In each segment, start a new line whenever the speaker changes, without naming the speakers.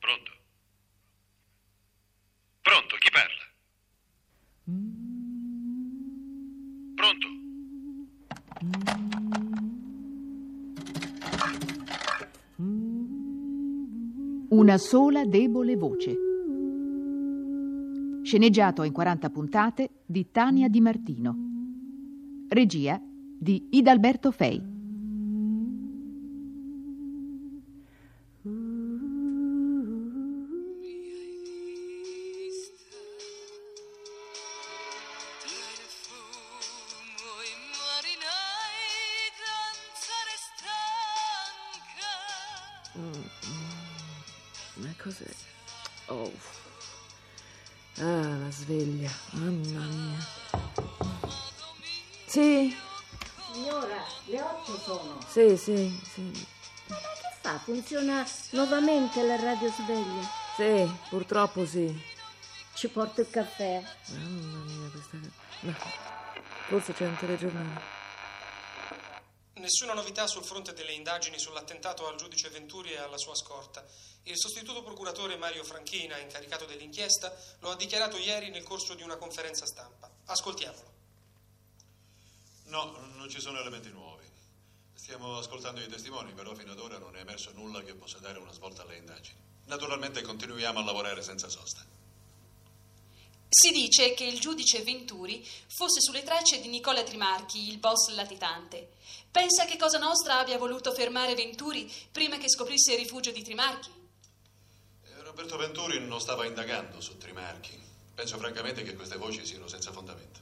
Pronto? Pronto, chi parla? Pronto?
Una sola debole voce. Sceneggiato in 40 puntate di Tania Di Martino. Regia di Idalberto Fei.
Dire fumo e marinai danzare stanca
Ma cos'è? Oh. Ah, la sveglia. Mamma mia. Sì,
Signora, le 8 sono.
sì, sì, sì.
Che fa? Ah, Funziona nuovamente la radio sveglia.
Eh,
Sì, purtroppo sì.
Ci porto il caffè.
Mamma mia, questa... No. Forse c'è un telegiornale.
Nessuna novità sul fronte delle indagini sull'attentato al giudice Venturi e alla sua scorta. Il sostituto procuratore Mario Franchina, incaricato dell'inchiesta, lo ha dichiarato ieri nel corso di una conferenza stampa. Ascoltiamolo.
No, non ci sono elementi nuovi. Stiamo ascoltando i testimoni, però fino ad ora non è emerso nulla che possa dare una svolta alle indagini. Naturalmente continuiamo a lavorare senza sosta.
Si dice che il giudice Venturi fosse sulle tracce di Nicola Trimarchi, il boss latitante. Pensa che Cosa Nostra abbia voluto fermare Venturi prima che scoprisse il rifugio di Trimarchi?
Eh, Roberto Venturi non stava indagando su Trimarchi. Penso francamente che queste voci siano senza fondamento.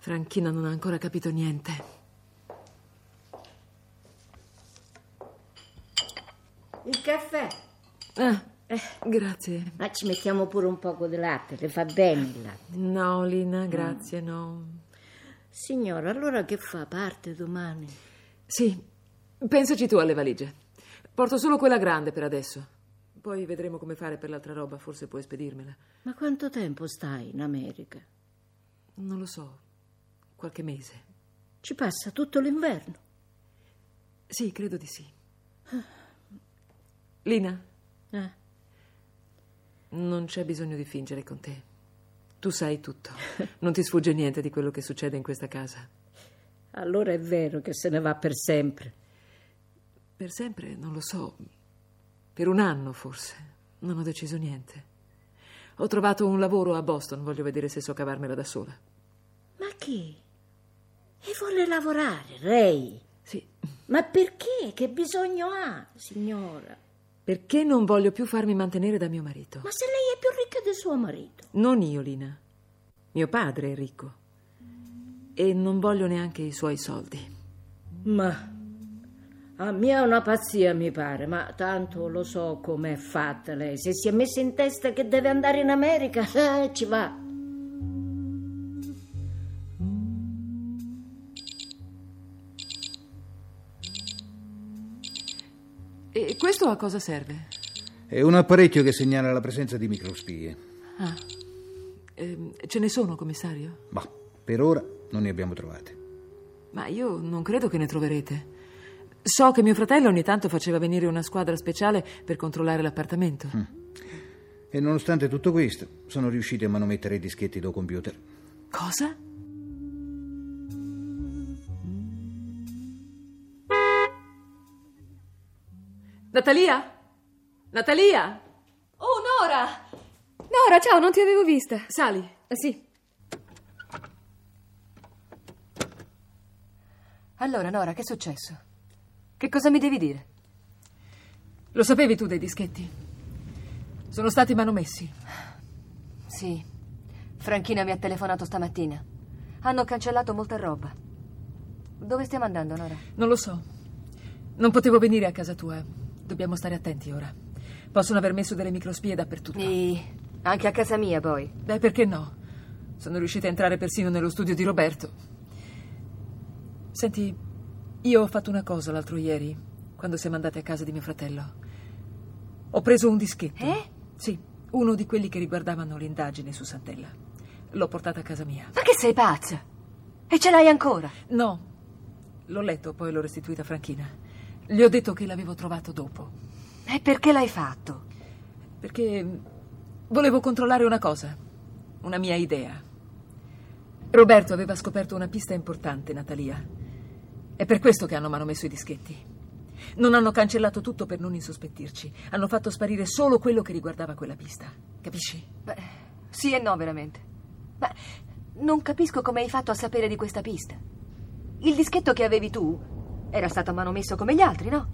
Franchina non ha ancora capito niente.
Il caffè.
Ah, grazie.
Ma Ah, ci mettiamo pure un poco di latte, le fa bene il latte.
No, Lina, grazie, no.
Signora, allora che fa? Parte domani.
Sì, pensaci tu alle valigie. Porto solo quella grande per adesso. Poi vedremo come fare per l'altra roba, forse puoi spedirmela.
Ma quanto tempo stai in America?
Non lo so, qualche mese.
Ci passa tutto l'inverno.
Sì, credo di sì. Lina,
Eh,
non c'è bisogno di fingere con te. Tu sai tutto. Non ti sfugge niente di quello che succede in questa casa.
allora è vero che se ne va per sempre.
Per sempre, non lo so. Per un anno, forse. Non ho deciso niente. Ho trovato un lavoro a Boston, voglio vedere se so cavarmela da sola.
Ma che? E vuole lavorare, lei?
Sì,
Ma perché? Che bisogno ha, signora?
perché non voglio più farmi mantenere da mio marito.
Ma se lei è più ricca di suo marito?
Non io, Lina. Mio padre è ricco. E non voglio neanche i suoi soldi.
Ma a me è una pazzia, mi pare, ma tanto lo so com'è fatta lei. Se si è messa in testa che deve andare in America, eh, ci va.
E questo a cosa serve?
È un apparecchio che segnala la presenza di microspie,
Ah. ehm, ce ne sono, commissario?
ma per ora non ne abbiamo trovate.
Ma io non credo che ne troverete. So che mio fratello ogni tanto faceva venire una squadra speciale per controllare l'appartamento.
E nonostante tutto questo, sono riusciti a manomettere i dischetti da computer.
Cosa? Natalia? Natalia?
Oh, Nora!
Nora, ciao, non ti avevo vista.
Sali.
Eh, Sì.
Allora, Nora, che è successo? Che cosa mi devi dire?
Lo sapevi tu dei dischetti? Sono stati manomessi.
Sì, Franchina mi ha telefonato stamattina. Hanno cancellato molta roba. Dove stiamo andando, Nora?
Non lo so. Non potevo venire a casa tua. Dobbiamo stare attenti ora. Possono aver messo delle microspie dappertutto.
E anche a casa mia, poi.
Beh, perché no? Sono riuscita a entrare persino nello studio di Roberto. Senti, io ho fatto una cosa l'altro ieri, quando siamo andati a casa di mio fratello. Ho preso un dischetto.
Eh?
Sì, uno di quelli che riguardavano l'indagine su Santella. L'ho portato a casa mia.
Ma che sei pazza? E ce l'hai ancora?
No, l'ho letto, poi l'ho restituito a Franchina. Gli ho detto che l'avevo trovato dopo.
E perché l'hai fatto?
Perché volevo controllare una cosa, una mia idea. Roberto aveva scoperto una pista importante, Natalia. È per questo che hanno manomesso i dischetti. Non hanno cancellato tutto per non insospettirci. Hanno fatto sparire solo quello che riguardava quella pista. Capisci?
Beh, sì e no, veramente. Ma non capisco come hai fatto a sapere di questa pista. Il dischetto che avevi tu era stato manomesso come gli altri, no?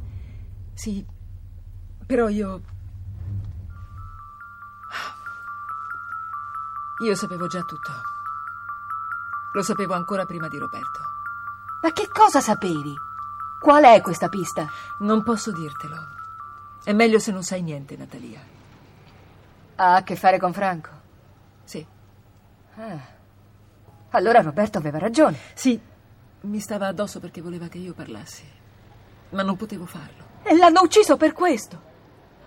Sì, però io. Io sapevo già tutto. Lo sapevo ancora prima di Roberto.
Ma che cosa sapevi? Qual è questa pista?
Non posso dirtelo. È meglio se non sai niente, Natalia.
Ha a che fare con Franco?
Sì.
Ah. Allora Roberto aveva ragione.
Sì, mi stava addosso perché voleva che io parlassi. Ma non potevo farlo.
E l'hanno ucciso per questo.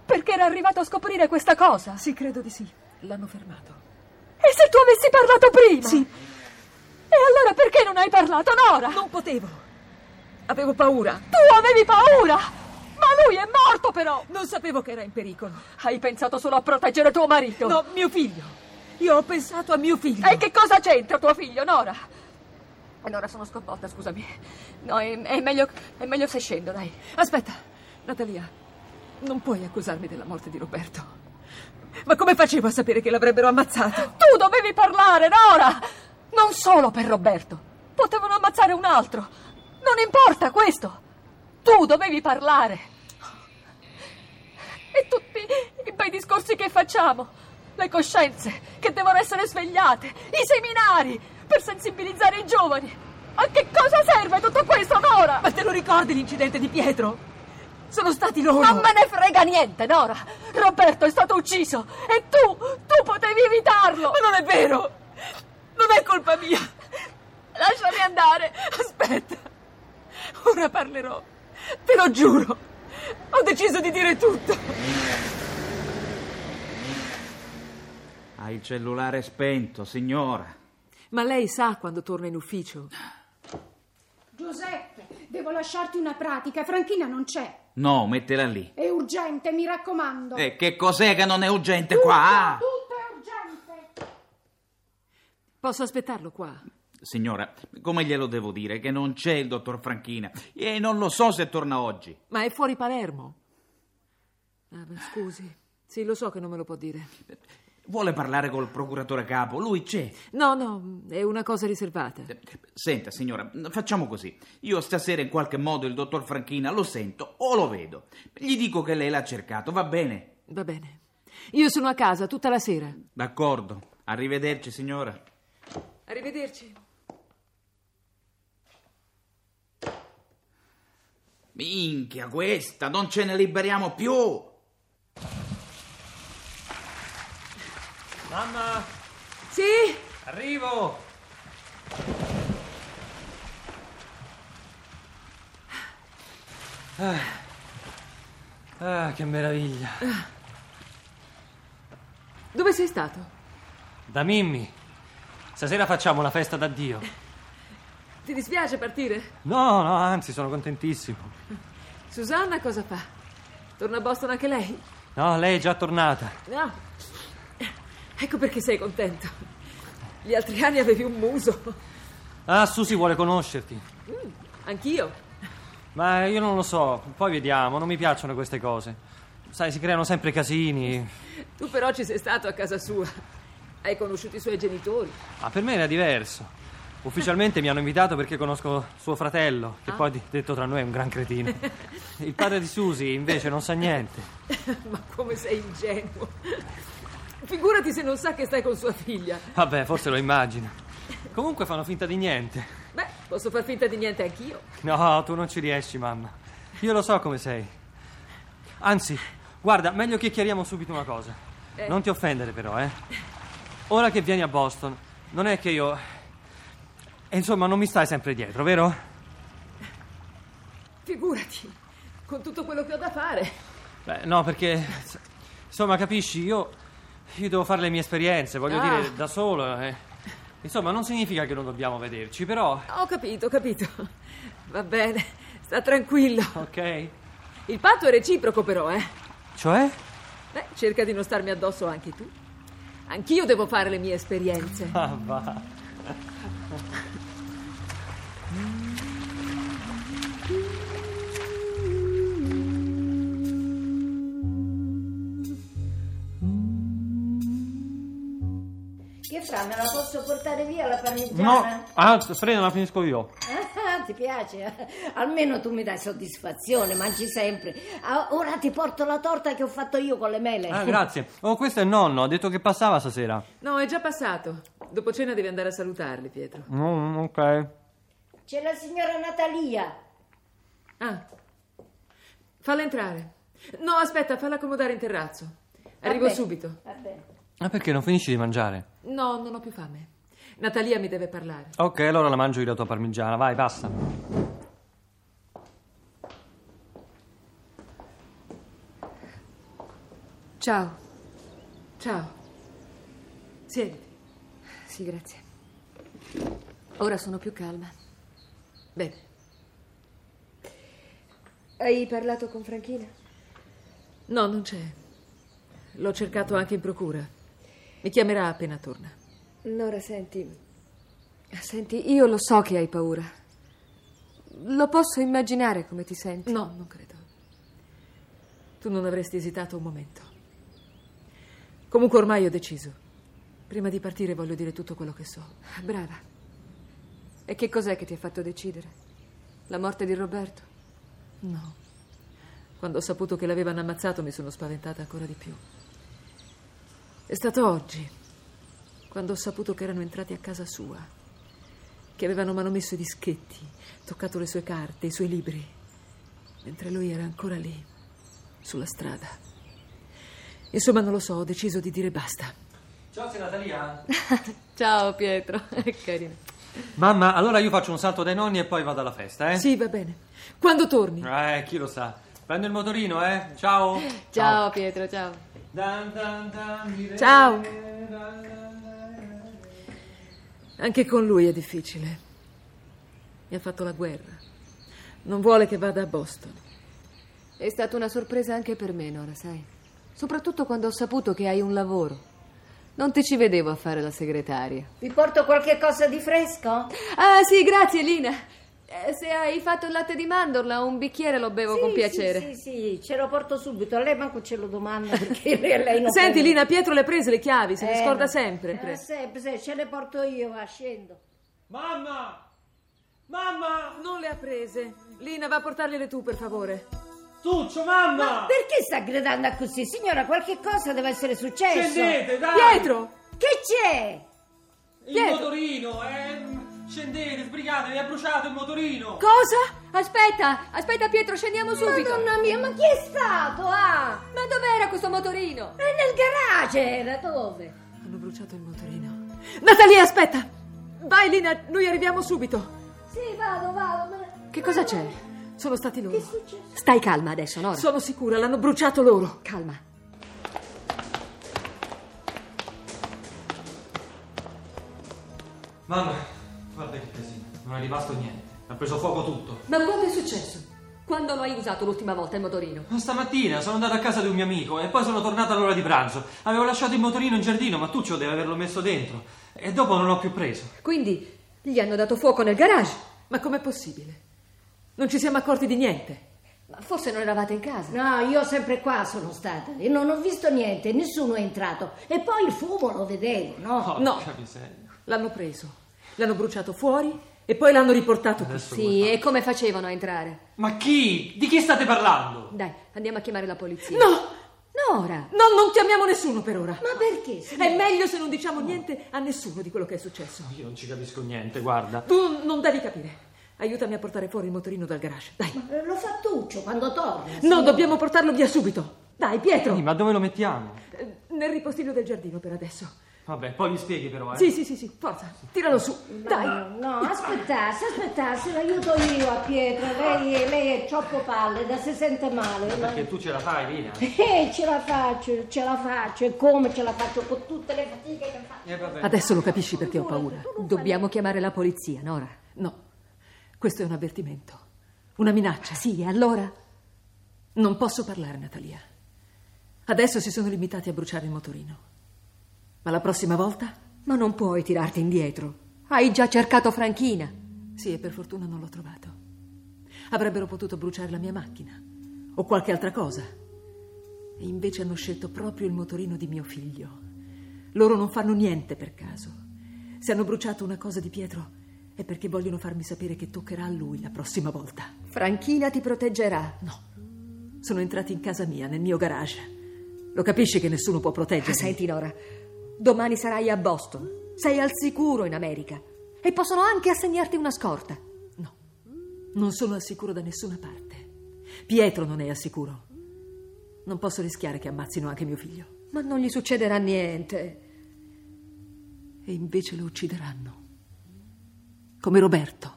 Perché era arrivato a scoprire questa cosa.
Sì, credo di sì. L'hanno fermato.
E se tu avessi parlato prima?
Sì.
E allora perché non hai parlato, Nora?
Non potevo. Avevo paura.
Tu avevi paura! Ma lui è morto però!
Non sapevo che era in pericolo.
Hai pensato solo a proteggere tuo marito.
No, mio figlio. Io ho pensato a mio figlio.
E che cosa c'entra tuo figlio, Nora? Allora sono sconvolta, scusami. No, è, è meglio, è meglio se scendo, dai.
Aspetta, Natalia, non puoi accusarmi della morte di Roberto. Ma come facevo a sapere che l'avrebbero ammazzato?
Tu dovevi parlare, Nora! Non solo per Roberto. Potevano ammazzare un altro. Non importa questo. Tu dovevi parlare. E tutti i bei discorsi che facciamo. Le coscienze che devono essere svegliate. I seminari per sensibilizzare i giovani. A che cosa serve tutto questo, Nora?
Ma te lo ricordi l'incidente di Pietro? Sono stati loro.
Non me ne frega niente, Nora. Roberto è stato ucciso e tu, tu potevi evitarlo.
Ma non è vero. Non è colpa mia.
Lasciami andare.
Aspetta. Ora parlerò. Te lo giuro. Ho deciso di dire tutto.
Ha il cellulare spento, signora.
Ma lei sa quando torna in ufficio.
Giuseppe, devo lasciarti una pratica. Franchina non c'è.
No, mettela lì.
È urgente, mi raccomando.
Ecco.
E che cos'è che non è urgente
tutto,
qua? Ah!
Tutto è urgente.
Posso aspettarlo qua?
Signora, come glielo devo dire che non c'è il dottor Franchina e non lo so se torna oggi.
Ma è fuori Palermo. Ah, beh, scusi. Sì, lo so che non me lo può dire.
Vuole parlare col procuratore capo? Lui c'è.
No, no, è una cosa riservata.
Senta, signora, facciamo così. Io stasera in qualche modo il dottor Franchina lo sento o lo vedo. Gli dico che lei l'ha cercato, va bene?
Va bene. Io sono a casa tutta la sera.
D'accordo. Arrivederci, signora.
Arrivederci.
Minchia, questa, non ce ne liberiamo più.
Mamma!
Sì?
Arrivo! Ah, ah, che meraviglia!
Dove sei stato?
Da Mimmi! Stasera facciamo una festa d'addio!
Ti dispiace partire?
No, no, anzi, sono contentissimo!
Susanna cosa fa? Torna a Boston anche lei?
No, lei è già tornata!
No! Ecco perché sei contento. Gli altri anni avevi un muso.
Ah, Susi vuole conoscerti.
Mm, anch'io.
Ma io non lo so, poi vediamo, non mi piacciono queste cose. Sai, si creano sempre casini.
Tu però ci sei stato a casa sua. Hai conosciuto i suoi genitori.
Ma ah, per me era diverso. Ufficialmente mi hanno invitato perché conosco suo fratello, che
Ah.
poi detto tra noi è un gran cretino. Il padre di Susi invece non sa niente.
Ma come sei ingenuo. Figurati se non sa che stai con sua figlia.
Vabbè, forse lo immagino. Comunque fanno finta di niente.
Beh, posso far finta di niente anch'io.
No, tu non ci riesci, mamma. Io lo so come sei. Anzi, guarda, meglio che chiariamo subito una cosa.
Eh.
Non ti offendere, però, eh. Ora che eh, vieni a Boston, non è che io. E Insomma, non mi stai sempre dietro, vero?
Figurati, con tutto quello che ho da fare.
Beh, no, perché. s- Insomma, capisci, io. Io devo fare le mie esperienze, voglio
Ah.
dire, da solo. eh. Insomma, non significa che non dobbiamo vederci, però.
Ho capito, ho capito. Va bene, sta tranquillo.
Ok.
Il patto è reciproco, però, eh.
Cioè?
Beh, cerca di non starmi addosso anche tu. Anch'io devo fare le mie esperienze.
Ah, va.
Che fra, me la posso portare via la
No,
parmigiana?
ah, frena, la finisco io.
Ah, ti piace? Almeno tu mi dai soddisfazione, mangi sempre. Ah, Ora ti porto la torta che ho fatto io con le mele.
Ah, grazie. Oh, questo è il nonno, ha detto che passava stasera.
No, è già passato. Dopo cena devi andare a salutarli, Pietro.
Mm, ok.
C'è la signora Natalia.
Ah, falla entrare. No, aspetta, falla accomodare in terrazzo. Arrivo
Vabbè,
subito.
vabbè.
Ma Ah, perché non finisci di mangiare?
No, non ho più fame. Natalia mi deve parlare.
Ok, allora la mangio io la tua parmigiana, vai, passa.
Ciao.
Ciao. Siediti.
Sì, grazie. Ora sono più calma.
Bene.
Hai parlato con Franchina?
No, non c'è. L'ho cercato anche in procura. Mi chiamerà appena torna.
Nora, senti. Senti, io lo so che hai paura. Lo posso immaginare come ti senti.
No, non credo. Tu non avresti esitato un momento. Comunque ormai ho deciso. Prima di partire voglio dire tutto quello che so.
Brava. E che cos'è che ti ha fatto decidere? La morte di Roberto?
No. Quando ho saputo che l'avevano ammazzato mi sono spaventata ancora di più. È stato oggi, quando ho saputo che erano entrati a casa sua, che avevano manomesso i dischetti, toccato le sue carte, i suoi libri, mentre lui era ancora lì, sulla strada. Insomma, non lo so, ho deciso di dire basta.
Ciao, sei Natalia.
Ciao Pietro, carino.
Mamma, allora io faccio un salto dai nonni e poi vado alla festa, eh?
Sì, va bene. Quando torni?
Eh, chi lo sa. Prendo il motorino, eh? Ciao.
Ciao Pietro, ciao.
Dan, dan, dan, mi re-
Ciao. Anche con lui è difficile. Mi ha fatto la guerra. Non vuole che vada a Boston.
È stata una sorpresa anche per me, Nora, sai. Soprattutto quando ho saputo che hai un lavoro. Non te ci vedevo a fare la segretaria.
Vi porto qualche cosa di fresco?
Ah, sì, grazie Lina. Eh, se hai fatto il latte di mandorla, un bicchiere lo bevo con
Sì,
piacere.
Sì, sì, sì, ce lo porto subito. A lei manco ce lo domanda perché lei non
Senti,
prende.
Lina, Pietro le ha prese le chiavi, se ne
Eh,
scorda
no.
sempre.
Eh, sempre, se- ce le porto io, va, scendo.
Mamma! Mamma!
Non le ha prese. Lina, va a portargliele tu, per favore.
Tuccio, mamma!
Ma perché sta gridando così? Signora, qualche cosa deve essere successo.
Scendete, dai!
Pietro!
Che c'è?
Il
Pietro.
motorino, eh? Scendete, sbrigatevi, è bruciato il motorino!
Cosa? Aspetta, aspetta Pietro, scendiamo subito.
Madonna mia, ma chi è stato? Ah!
Ma dov'era questo motorino?
È nel garage, era dove?
Hanno bruciato il motorino. Natalia, aspetta! Vai, Lina, noi arriviamo subito.
Sì, vado, vado. ma-
Che cosa c'è?
Sono stati loro.
Stai calma adesso, Nora.
Sono sicura, l'hanno bruciato loro.
Calma.
Mamma, guarda che casino, non è rimasto niente. Ha preso fuoco tutto.
Ma quando è successo? Quando lo hai usato l'ultima volta il motorino?
Ma stamattina sono andato a casa di un mio amico e poi sono tornato all'ora di pranzo. Avevo lasciato il motorino in giardino, ma Tuccio deve averlo messo dentro. E dopo non l'ho più preso.
Quindi gli hanno dato fuoco nel garage.
Ma com'è possibile? Non ci siamo accorti di niente.
Ma forse non eravate in casa.
No, io sempre qua sono stata e non ho visto niente, nessuno è entrato. E poi il fumo lo vedevo, no?
No.
Porca miseria.
L'hanno preso, l'hanno bruciato fuori e poi l'hanno riportato qui.
Sì, e come facevano a entrare?
Ma chi? Di chi state parlando?
Dai, andiamo a chiamare la polizia.
No!
Nora!
No, non chiamiamo nessuno per ora.
Ma perché? signora?
È meglio se non diciamo niente a nessuno di quello che è successo.
Io non ci capisco niente, guarda.
Tu non devi capire. Aiutami a portare fuori il motorino dal garage. Dai.
Ma, eh, Lo fa Tuccio quando torna.
No,
signora.
dobbiamo portarlo via subito. Dai, Pietro.
Sì, ma dove lo mettiamo?
Eh, Nel ripostiglio del giardino per adesso.
Vabbè, poi mi spieghi però, eh.
Sì, sì, sì, sì, forza, tiralo su, dai.
No, no, aspettasse, aspettasse, l'aiuto io a Pietro. Lei, lei è troppo pallida, si sente male. ma-
Perché tu ce la fai, Lina.
Eh, ce la faccio, ce la faccio. E come ce la faccio? Con tutte le fatiche che faccio.
Eh, vabbè.
Adesso lo capisci perché ho paura.
Dobbiamo chiamare la polizia, Nora.
No, questo è un avvertimento, una minaccia. Sì, e allora? Non posso parlare, Natalia. Adesso si sono limitati a bruciare il motorino. Ma la prossima volta?
Ma non puoi tirarti indietro. Hai già cercato Franchina.
Sì, e per fortuna non l'ho trovato. Avrebbero potuto bruciare la mia macchina o qualche altra cosa. E invece hanno scelto proprio il motorino di mio figlio. Loro non fanno niente per caso. Se hanno bruciato una cosa di Pietro è perché vogliono farmi sapere che toccherà a lui la prossima volta.
Franchina ti proteggerà.
No. Sono entrati in casa mia, nel mio garage. Lo capisci che nessuno può proteggermi?
Ah, Senti, Nora, domani sarai a Boston. Sei al sicuro in America. E possono anche assegnarti una scorta.
Non sono al sicuro da nessuna parte. Pietro non è al sicuro. Non posso rischiare che ammazzino anche mio figlio.
Ma non gli succederà niente.
E invece lo uccideranno. Come Roberto.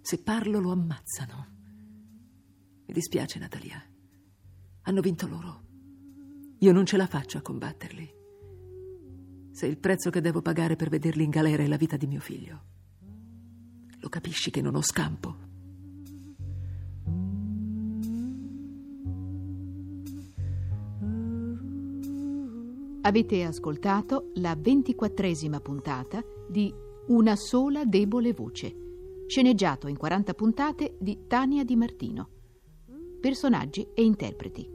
Se parlo lo ammazzano. Mi dispiace, Natalia. Hanno vinto loro. Io non ce la faccio a combatterli. Se il prezzo che devo pagare per vederli in galera è la vita di mio figlio. Lo capisci che non ho scampo?
Avete ascoltato la ventiquattresima puntata di Una sola debole voce, sceneggiato in 40 puntate di Tania Di Martino. Personaggi e interpreti.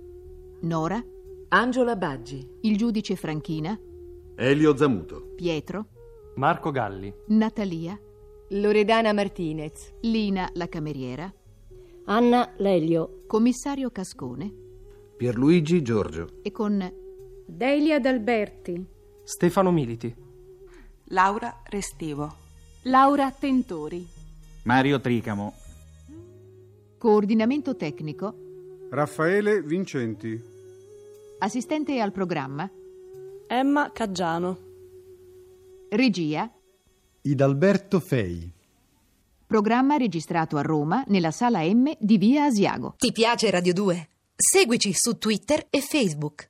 Nora,
Angela Baggi,
il giudice Franchina,
Elio Zamuto,
Pietro,
Marco Galli,
Natalia,
Loredana Martinez,
Lina la cameriera,
Anna Lelio,
commissario Cascone
Pierluigi Giorgio.
e con
Delia D'Alberti,
Stefano Militi,
Laura Restivo.
Laura Tentori.
Mario Tricamo.
coordinamento tecnico,
Raffaele Vincenti,
assistente al programma,
Emma Caggiano.
regia,
Idalberto Fei.
programma registrato a Roma nella sala M di Via Asiago.
Ti piace Radio 2? Seguici su Twitter e Facebook.